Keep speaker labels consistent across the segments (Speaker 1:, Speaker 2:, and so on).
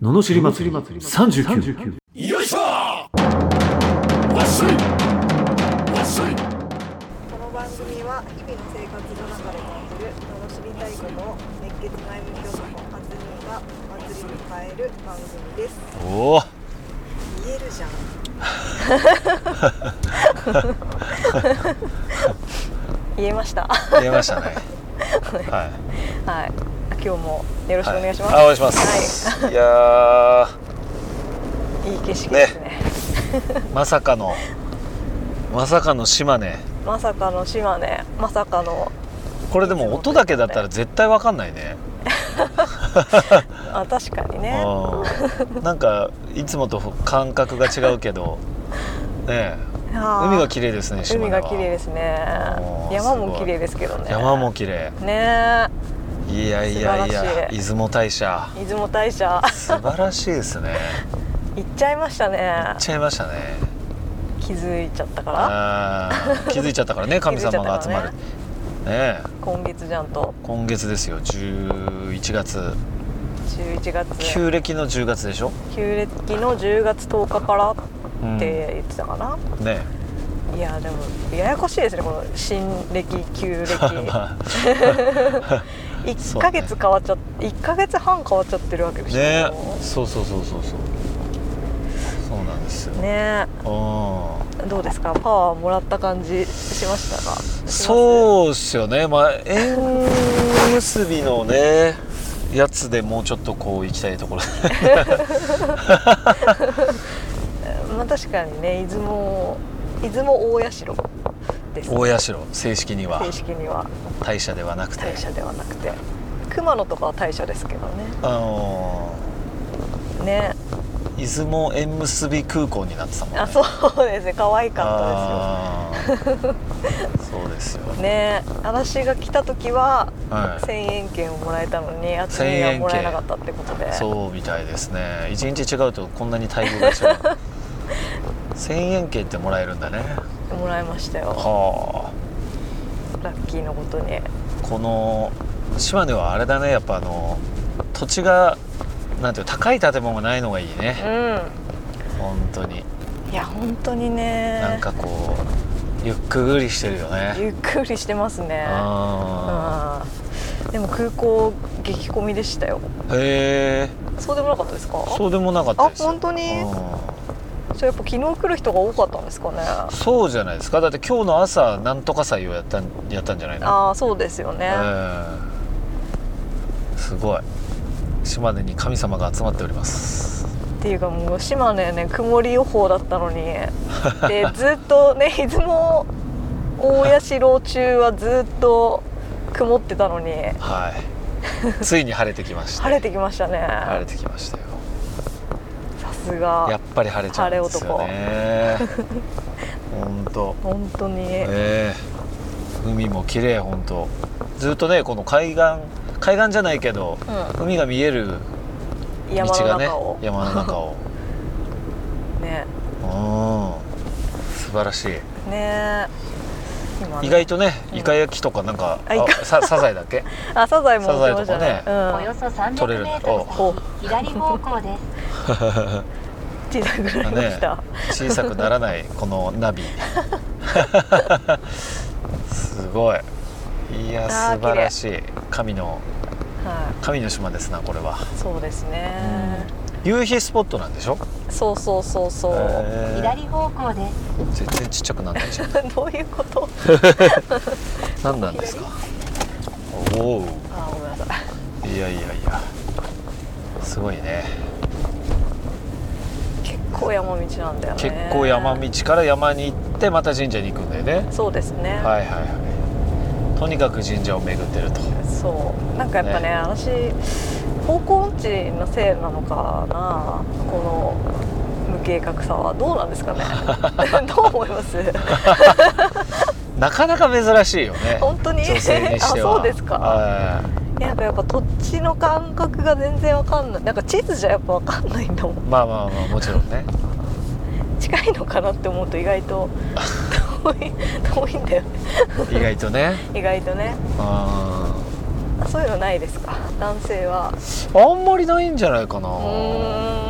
Speaker 1: ののしり祭り39
Speaker 2: よいしょわっしょいわっしょい
Speaker 3: この番組は日々の生活の中で感じる楽しみたいことを熱血内務教の初音が祭りに変える番組です
Speaker 2: おお
Speaker 3: 言えるじゃん
Speaker 4: 言えました
Speaker 2: 出ましたねはい
Speaker 4: はい今日もよろしくお願いします、
Speaker 2: はい、あお願いします、い、や
Speaker 4: い、い景色ですね
Speaker 2: ーまさかのまさかの島根
Speaker 4: まさかの島根まさかの
Speaker 2: これでも音だけだったら絶対わかんないね
Speaker 4: あ確かにね
Speaker 2: うんなんかいつもと感覚が違うけ どねえ海
Speaker 4: 海
Speaker 2: が綺麗ですね島根
Speaker 4: 海
Speaker 2: は
Speaker 4: が綺麗ですね
Speaker 2: おー
Speaker 4: 山
Speaker 2: す
Speaker 4: も
Speaker 2: ごい
Speaker 4: 綺麗ですけどね
Speaker 2: 山も綺麗
Speaker 4: ね
Speaker 2: いやいやい
Speaker 4: 素晴
Speaker 2: や
Speaker 4: らしい
Speaker 2: 出雲大社
Speaker 4: え出雲大社
Speaker 2: 素晴らしいですね
Speaker 4: 行っちゃいました
Speaker 2: 行
Speaker 4: ね
Speaker 2: っちゃいましたね
Speaker 4: 気づいちゃったから
Speaker 2: あー 気づいちゃったからね神様が集まるね
Speaker 4: 気
Speaker 2: え
Speaker 4: 今月じゃんと
Speaker 2: 今月ですよ11月
Speaker 4: 11月
Speaker 2: 旧暦の10月でしょ、
Speaker 4: 旧暦の10月10日からっ
Speaker 2: うん
Speaker 4: て
Speaker 2: ね
Speaker 4: 言ってたかな、
Speaker 2: え
Speaker 4: いやでもややこしいですねこの新暦旧暦
Speaker 2: ま
Speaker 4: 1ヶ月変わっちゃっ1ヶ月半変わっちゃってるわけで
Speaker 2: あ
Speaker 4: しょ
Speaker 2: ねえそうそうそうそうそうそうなんですよ、
Speaker 4: ね
Speaker 2: うん
Speaker 4: えどうですかパワーもらった感じしましたか
Speaker 2: そうっすよねまあ縁結びのねやつでもうちょっとこう行きたいと ころ
Speaker 4: うまあ確かにね出雲出雲大社ですね
Speaker 2: 大社正式には
Speaker 4: 正式には
Speaker 2: 大社ではなくて
Speaker 4: 大社ではなくて熊野とかは大社ですけどね
Speaker 2: あの
Speaker 4: ね
Speaker 2: ー出雲縁結び空港になってたもんね
Speaker 4: あそうですね可愛かっ
Speaker 2: あーそうですよ
Speaker 4: たですよねえ私が来た時は
Speaker 2: はい
Speaker 4: 1000円券をもらえたのにあっちにはもらえなかったってことで
Speaker 2: そうみたいですね一日違うとこんなに待遇が違う 1000円券ってもらえるんだね
Speaker 4: もらいましたよ
Speaker 2: はあ
Speaker 4: ラッキーのことに
Speaker 2: この島根はあれだねやっぱあの土地がなんていうの高い建物がないのがいいね
Speaker 4: う
Speaker 2: 本当に
Speaker 4: んいや本当にね
Speaker 2: なんかこうゆっくりしてるよね
Speaker 4: ゆっくりしてますね
Speaker 2: あ
Speaker 4: うんでも空港激混みでしたよ
Speaker 2: ーへえ
Speaker 4: そうでもなかったですか
Speaker 2: そうでもなかったですよ
Speaker 4: あ本当に
Speaker 2: うん
Speaker 4: じゃあやっぱ昨日来る人が多かったんですかね
Speaker 2: そうじゃないですかだって今日の朝なんとか祭をやったんやったんじゃないの
Speaker 4: ああそうですよね、
Speaker 2: うんすごい島根に神様が集まっております
Speaker 4: っていうかもう島根ね曇り予報だった のにでずっとね出雲大社中はずっと曇ってたのに
Speaker 2: はい ついに晴れてきました
Speaker 4: 晴れてきましたね
Speaker 2: 晴れてきましたよ
Speaker 4: さ
Speaker 2: や
Speaker 4: す
Speaker 2: っ
Speaker 4: が
Speaker 2: ぱり晴れちゃうんですよね。 本当。
Speaker 4: 本当に、
Speaker 2: ええ海も綺麗本当。ずっとねこの海岸海岸じゃないけど、海が見える
Speaker 4: うん、
Speaker 2: 道
Speaker 4: 山
Speaker 2: が
Speaker 4: の
Speaker 2: ね
Speaker 4: 中をね
Speaker 2: 山の中を。うん。素晴らしい。
Speaker 4: ね今ね
Speaker 2: 意外とね、
Speaker 4: うん
Speaker 2: イカ焼きとかなんか、
Speaker 4: あイカ
Speaker 2: あさサザエだっけ？
Speaker 4: あサザエも売ってました
Speaker 2: サザエ
Speaker 4: ね
Speaker 2: と
Speaker 5: およ
Speaker 4: う
Speaker 5: そ300
Speaker 2: 取れるん
Speaker 5: メ
Speaker 2: だ
Speaker 5: ートル
Speaker 4: お
Speaker 5: 左方向 です。
Speaker 4: ん小さくなりま
Speaker 2: ね
Speaker 4: した、
Speaker 2: 小さくならないこのナビ。すごい。いや
Speaker 4: あー
Speaker 2: 素晴らしい神の
Speaker 4: は
Speaker 2: 神の島ですなこれは。
Speaker 4: いそうですね、
Speaker 2: 夕日スポットなんでしょ、
Speaker 4: そうそうそうそう、
Speaker 2: え
Speaker 5: 左方向です。
Speaker 2: ー、全然ちっちゃくなんない じゃん
Speaker 4: どういうこと
Speaker 2: 何なんですかおお
Speaker 4: あごめんなさい
Speaker 2: いやいやいやすごいね
Speaker 4: 結構山道なんだよね
Speaker 2: 結構山道から山に行ってまた神社に行くんだよね
Speaker 4: そうですね、
Speaker 2: はいはいはいとにかく神社を巡ってると
Speaker 4: そうなんかやっぱね
Speaker 2: ね
Speaker 4: 私方向音痴のせいなのかなこの無計画さはどうな んですかねどう思います
Speaker 2: なかなか珍しいよね
Speaker 4: 本当に
Speaker 2: 女性にしては
Speaker 4: あそうですか
Speaker 2: はい
Speaker 4: なんかやっぱ土地の感覚が全然わかんないなんか地図じゃやっぱわかんないんだもん
Speaker 2: まあまあまあもちろん ね
Speaker 4: 近いのかなって思うと意外と遠い遠いんだよね
Speaker 2: 意外とね
Speaker 4: 意外とね
Speaker 2: あ
Speaker 4: あそういうのないですか男性は
Speaker 2: あんまりないんじゃないかな
Speaker 4: うーん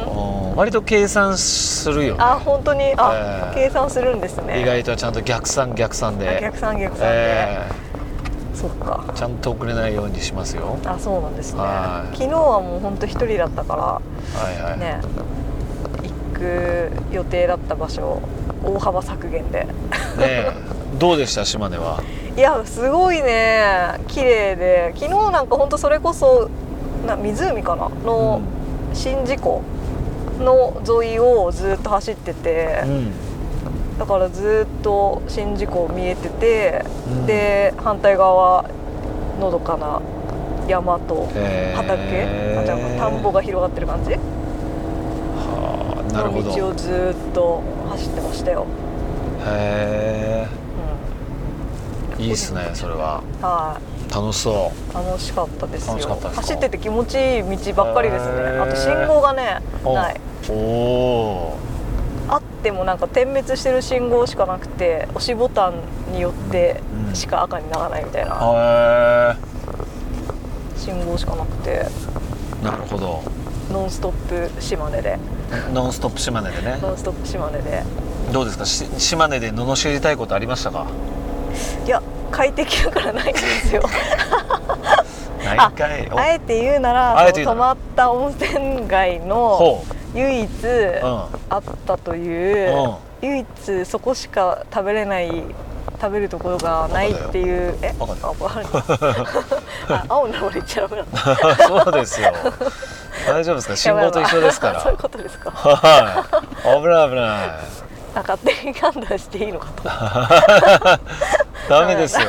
Speaker 2: うん割と計算するよね
Speaker 4: あ本当にあ、
Speaker 2: ええ
Speaker 4: 計算するんですね
Speaker 2: 意外とちゃんと逆算逆算
Speaker 4: あ
Speaker 2: で
Speaker 4: 逆算逆算で、
Speaker 2: え
Speaker 4: そっか
Speaker 2: えちゃんと遅れないようにしますよ
Speaker 4: あそうなんですね
Speaker 2: はい
Speaker 4: 昨日はもう本当一人だったか
Speaker 2: はいは
Speaker 4: ら
Speaker 2: い、
Speaker 4: ね行く予定だった場所大幅削減で
Speaker 2: ねえどうでした島根はい
Speaker 4: やすごいね綺麗で昨日なんか本当それこそな湖かなの宍道湖の沿いをずっと走ってて、
Speaker 2: うん
Speaker 4: だからずっと宍道湖見えてて、
Speaker 2: うん
Speaker 4: で反対側のどかな山と
Speaker 2: へえ
Speaker 4: 畑、あじゃあ田んぼが広がってる感じ
Speaker 2: はあなるほ
Speaker 4: の
Speaker 2: ど
Speaker 4: 道をずっと走ってましたよ、
Speaker 2: へ
Speaker 4: うん、
Speaker 2: えいいっすねそれは
Speaker 4: はい
Speaker 2: 楽しそ
Speaker 4: 楽しかったですよ
Speaker 2: 楽しかったですか
Speaker 4: 走ってて気持ちいい道ばっかりですね
Speaker 2: へー
Speaker 4: あと信号がね
Speaker 2: うお
Speaker 4: ない
Speaker 2: おお
Speaker 4: あってもなんか点滅してる信号しかなくて押しボタンによって
Speaker 2: うん
Speaker 4: しか赤にならないみたい
Speaker 2: へ
Speaker 4: な信号しかなくて
Speaker 2: えなるほど
Speaker 4: ノンストップ島根で
Speaker 2: ノンストップ島根でね
Speaker 4: ノンストップ島根で
Speaker 2: どうですかし島根で罵りたいことありましたか
Speaker 4: いや快適だからないんですよ
Speaker 2: ない
Speaker 4: あ
Speaker 2: んか いお
Speaker 4: あえて言うなら
Speaker 2: あえ
Speaker 4: そ
Speaker 2: て言
Speaker 4: の泊
Speaker 2: うな
Speaker 4: まった温泉街の
Speaker 2: ほ
Speaker 4: 唯一
Speaker 2: う
Speaker 4: あ
Speaker 2: うん
Speaker 4: ったという、
Speaker 2: うん
Speaker 4: 唯一そこしか食べれない食べるところがないっていうえ
Speaker 2: バカだよ
Speaker 4: あバ カあ青なの俺言っちゃダメだった
Speaker 2: そうですよ。大丈夫ですか。信号と一緒ですから。
Speaker 4: そういうことですか
Speaker 2: はい。危ない危な
Speaker 4: あ勝手に判断していいのかと
Speaker 2: い。ダメですよ。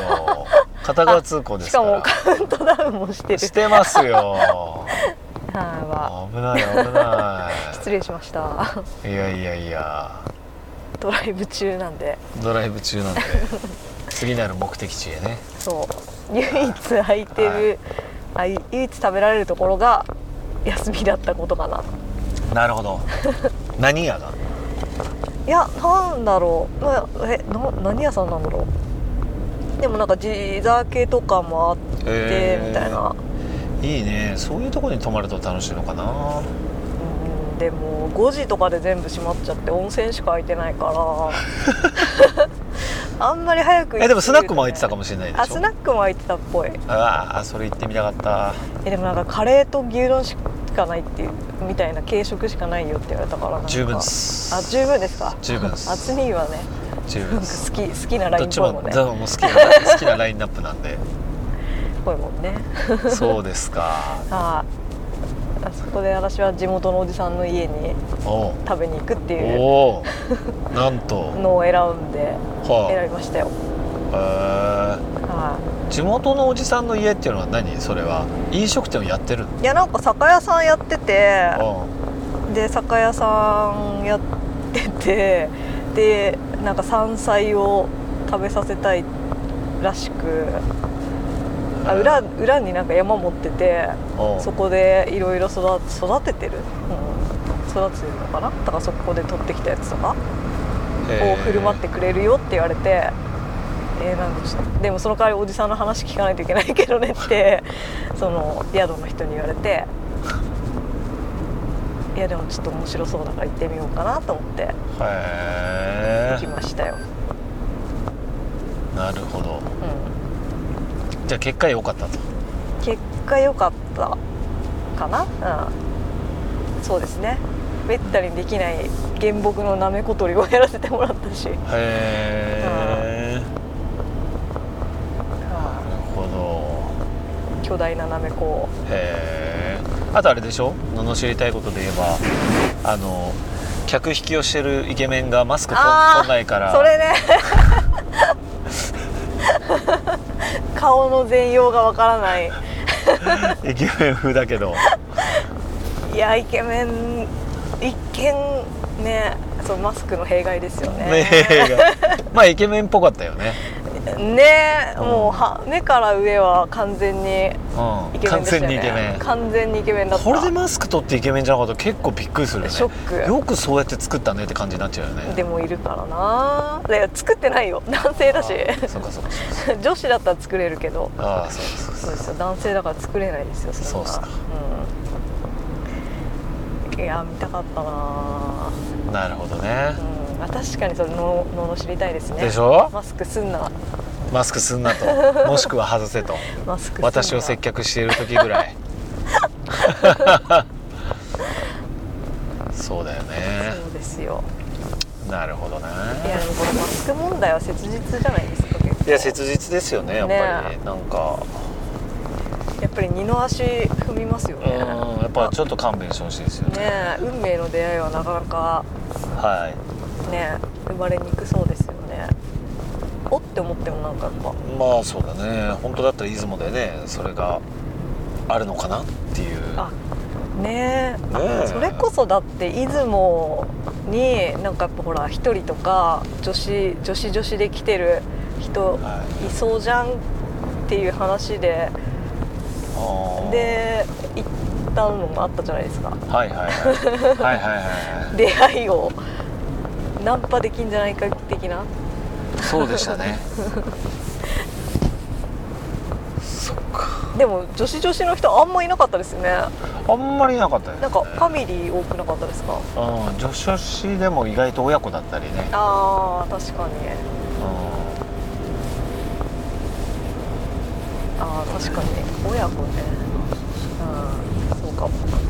Speaker 2: 片側通行で
Speaker 4: し
Speaker 2: す
Speaker 4: か
Speaker 2: か
Speaker 4: も
Speaker 2: ら。
Speaker 4: カウントダウンもしてる
Speaker 2: してますよ。
Speaker 4: はいわ
Speaker 2: 危ない危な
Speaker 4: 失礼しました
Speaker 2: い。いやいやいや。
Speaker 4: ドライブ中なんで
Speaker 2: ドライブ中なんで。次なる目的地へね。
Speaker 4: そう唯一空いてる、あい唯一食べられるところが休みだったことかな
Speaker 2: なるほど。何屋が。
Speaker 4: いやなんだろうなえな何屋さんなんだろうでもなんか地酒とかもあって
Speaker 2: へー
Speaker 4: みたいな、
Speaker 2: いいね。そういうとこに泊まると楽しいのかな。
Speaker 4: うん、でも5時とかで全部閉まっちゃって温泉しか空いてないから あんまり早く行
Speaker 2: え、でもスナックも開いてたか
Speaker 4: も
Speaker 2: もしれないでしょ。
Speaker 4: あスナックも空いてたっぽい
Speaker 2: ああ、それ行ってみたかった。
Speaker 4: えでもなんかカレーと牛丼しかないっていうみたいな軽食しかないよって言われたからなんか
Speaker 2: 十分です。
Speaker 4: あ十分ですか
Speaker 2: 十分です
Speaker 4: 厚みはね
Speaker 2: 十
Speaker 4: な
Speaker 2: 分
Speaker 4: ん
Speaker 2: で
Speaker 4: か
Speaker 2: す。
Speaker 4: 好き好きなライ
Speaker 2: ど
Speaker 4: ン
Speaker 2: っ
Speaker 4: っ
Speaker 2: ちも
Speaker 4: ぽいもんね
Speaker 2: どうも好きな好きなラインナップなん で
Speaker 4: ぽいもんね
Speaker 2: そうですか
Speaker 4: はいあそこで私は地元のおじさんの家に
Speaker 2: おう
Speaker 4: 食べに行くっていう
Speaker 2: おうなん と
Speaker 4: のを選んで選
Speaker 2: は
Speaker 4: びましたよ
Speaker 2: あへ
Speaker 4: は
Speaker 2: え地元のおじさんの家っていうのは何それは飲食店をやってる
Speaker 4: いいやなんか酒屋さんやってて
Speaker 2: の
Speaker 4: で酒屋さんやっててでなんか山菜を食べさせたいらしくあ
Speaker 2: へえ
Speaker 4: 裏裏になんか山持ってて
Speaker 2: おう
Speaker 4: そこでいろいろ育育ててる、うん、育ててるのかなだからそこで取ってきたやつとか
Speaker 2: へえ
Speaker 4: を振る舞ってくれるよって言われて。えーなんかちょっとでもその代わりおじさんの話聞かないといけないけどねってその宿の人に言われていやでもちょっと面白そうだから行ってみようかなと思って
Speaker 2: へ
Speaker 4: 行き
Speaker 2: え
Speaker 4: ましたよ、
Speaker 2: なるほど
Speaker 4: う
Speaker 2: じゃあ結果良かったと
Speaker 4: ん、結果良かったかな、うん、そうですねめったにできない原木のなめこ取りをやらせてもらったし、
Speaker 2: へえなるほ
Speaker 4: 巨大ななめこを
Speaker 2: どへえあとあれでしょ罵りたいことで言えばあの客引きをしてるイケメンがマスクと
Speaker 4: あー
Speaker 2: 取んないから
Speaker 4: それね顔の全容がわからない
Speaker 2: イケメン風だ けど
Speaker 4: いやイケメン一見ねそうマスクの弊害ですよね
Speaker 2: ねえまあイケメンっぽかったよね
Speaker 4: ねえ
Speaker 2: うん
Speaker 4: もうは目から上は完全に
Speaker 2: う
Speaker 4: イ
Speaker 2: ん、
Speaker 4: ケメン
Speaker 2: 完
Speaker 4: でした
Speaker 2: 全
Speaker 4: よ
Speaker 2: にイケメ
Speaker 4: ね
Speaker 2: ン
Speaker 4: 完全にイケメンだった
Speaker 2: これでマスク取ってイケメンじゃなかったら結構びっくりするよね
Speaker 4: ショック
Speaker 2: よくそうやって作ったねって感じになっちゃうよね
Speaker 4: でもいるからなで作ってないよ男性だし
Speaker 2: あそうかそうか
Speaker 4: 女子だったら作れるけど
Speaker 2: ああそうかそうか
Speaker 4: そうですよ男性だから作れないですよそんな
Speaker 2: そうっすか
Speaker 4: うん、いや見たかったな、
Speaker 2: なるほどね
Speaker 4: うん、あ確かにそれののの知りたいですね
Speaker 2: でしょ
Speaker 4: マスクすんな
Speaker 2: マスクすんなと もしくは外せと
Speaker 4: マスクすんな
Speaker 2: 私を接客している時ぐら いそうだよね
Speaker 4: そうですよ
Speaker 2: なるほどね
Speaker 4: いやでもこのマスク問題は切実じゃないですか結構
Speaker 2: いや切実ですよねやっぱり、
Speaker 4: ね
Speaker 2: なんか
Speaker 4: やっぱり二の足踏みますよ
Speaker 2: う
Speaker 4: ね
Speaker 2: んやっぱちょっと勘弁してほしいですよね
Speaker 4: ねえ運命の出会いはなかなか
Speaker 2: はい
Speaker 4: ね生まれにくそうですよねおって思ってもなんかやっぱ
Speaker 2: まあそうだね本当だったら出雲でねそれがあるのかなっていう
Speaker 4: あねえ
Speaker 2: ねえ
Speaker 4: それこそだって出雲になんかやっぱほら一人とか女子女子女子で来てる人
Speaker 2: はい
Speaker 4: そうじゃんっていう話で
Speaker 2: い、
Speaker 4: で行ったのもあったじゃないですか
Speaker 2: あーはいはいはいはいはいはいは
Speaker 4: 出会いをナンパできんじゃないか的ない
Speaker 2: そうでしたねそっか
Speaker 4: でも女子女子の人あんまいなかったですよね
Speaker 2: あんまりいなかったよね
Speaker 4: なんかファミリー多くなかったですか
Speaker 2: うん女子女子でも意外と親子だったりね
Speaker 4: あー確かに
Speaker 2: う
Speaker 4: あー確かに親子ねうんそうかも
Speaker 2: ん、うん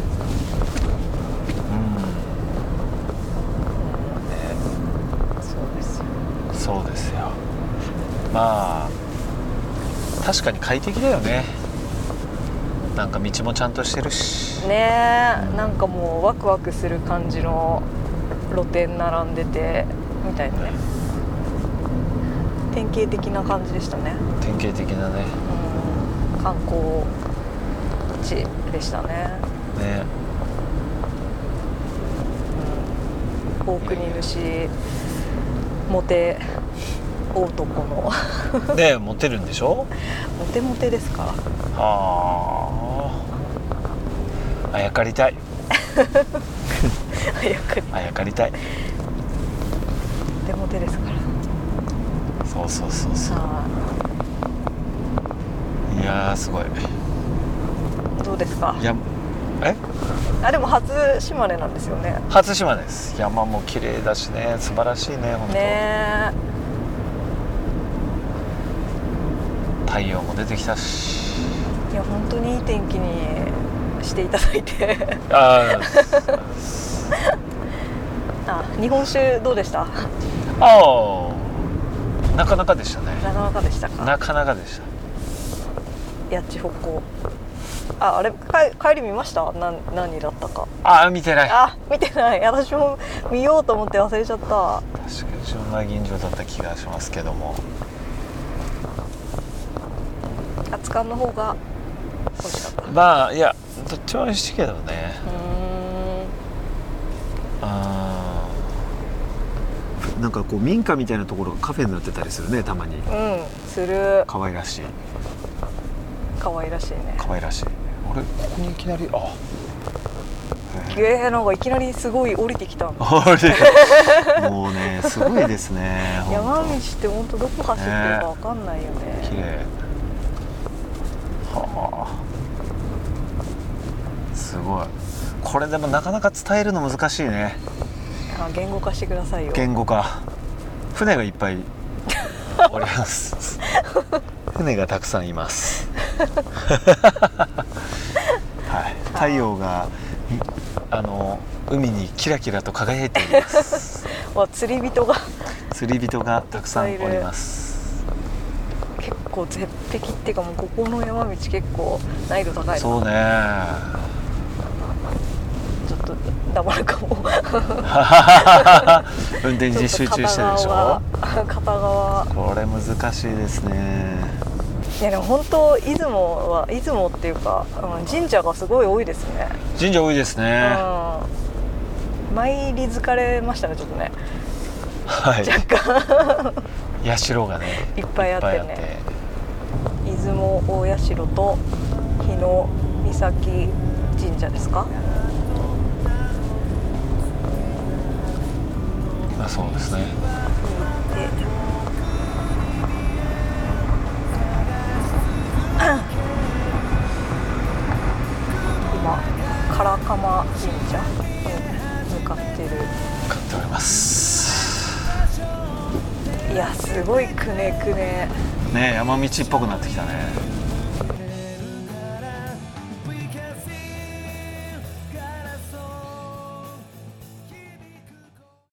Speaker 4: そうですよ
Speaker 2: ね、そうですよまあ確かに快適だよねなんか道もちゃんとしてるし
Speaker 4: ねえなんかもうワクワクする感じの露店並んでてみたいなね典型的な感じでしたね、
Speaker 2: 典型的なね
Speaker 4: うん、観光地でしたね、
Speaker 2: ね
Speaker 4: うん、大国主モテ男の
Speaker 2: でモテるんでしょ
Speaker 4: モテモテですから
Speaker 2: あああやかりたい
Speaker 4: 早く
Speaker 2: あやかりたい
Speaker 4: モテモテですから
Speaker 2: そうそうそうそ
Speaker 4: さ
Speaker 2: ういやーすごい
Speaker 4: あどうですか
Speaker 2: いやえ
Speaker 4: あでも初島根なんですよね
Speaker 2: 初島です山も綺麗だしね素晴らしいね本当
Speaker 4: ね
Speaker 2: 太陽も出てきたし
Speaker 4: えいや本当にいい天気にしていただいて
Speaker 2: あー
Speaker 4: あ日本酒どうでした
Speaker 2: あーなかなかでしたね
Speaker 4: なかなかでしたか
Speaker 2: なかなかでした
Speaker 4: 八千歩行ああれか帰り見ましたなん何だったか
Speaker 2: ああ見てない
Speaker 4: あ見てない私も見ようと思って忘れちゃった
Speaker 2: 確かに純米吟醸だった気がしますけども
Speaker 4: 熱燗の方が美味しかったう
Speaker 2: まあいやどっちも美味しいけどね
Speaker 4: ーん
Speaker 2: あーなんかこう民家みたいなところがカフェになってたりするねたまに
Speaker 4: うんする
Speaker 2: 可愛らしい
Speaker 4: 可愛らしいね
Speaker 2: 可愛らしいあれここにいきなりあ
Speaker 4: えー、なんかいきなりすごい降りてきた
Speaker 2: あれもうねすごいですねほんと
Speaker 4: 山道って本当どこ走ってるかわかんないよね
Speaker 2: 綺麗はあすごいこれでもなかなか伝えるの難しいね
Speaker 4: あ言語化してくださいよ
Speaker 2: 言語化船がいっぱいおります船がたくさんいますはい太陽がみあの海にキラキラと輝いています
Speaker 4: わ釣り人が
Speaker 2: 釣り人がたくさんおります
Speaker 4: 結構絶壁っていうかもうここの山道結構難易度高いなち
Speaker 2: そ
Speaker 4: ょ
Speaker 2: う ね
Speaker 4: っと黙るかも
Speaker 2: 運転に集中してるでし
Speaker 4: ちょ
Speaker 2: ょ
Speaker 4: っと片側片側
Speaker 2: これ難しいですね
Speaker 4: いやでも本当出雲は出雲っていうか、うん、神社がすごい多いですね、
Speaker 2: 神社多いですね、
Speaker 4: うん参り疲れましたねちょっとね
Speaker 2: はい
Speaker 4: 若干
Speaker 2: い社がね
Speaker 4: いっぱいあってね
Speaker 2: いっぱいあって
Speaker 4: 出雲大社と日野岬神社ですか
Speaker 2: まあそうですね
Speaker 4: で今唐釜神社に向かってる
Speaker 2: 買っております
Speaker 4: いやすごいくねくね
Speaker 2: ねえ山道っぽくなってきたね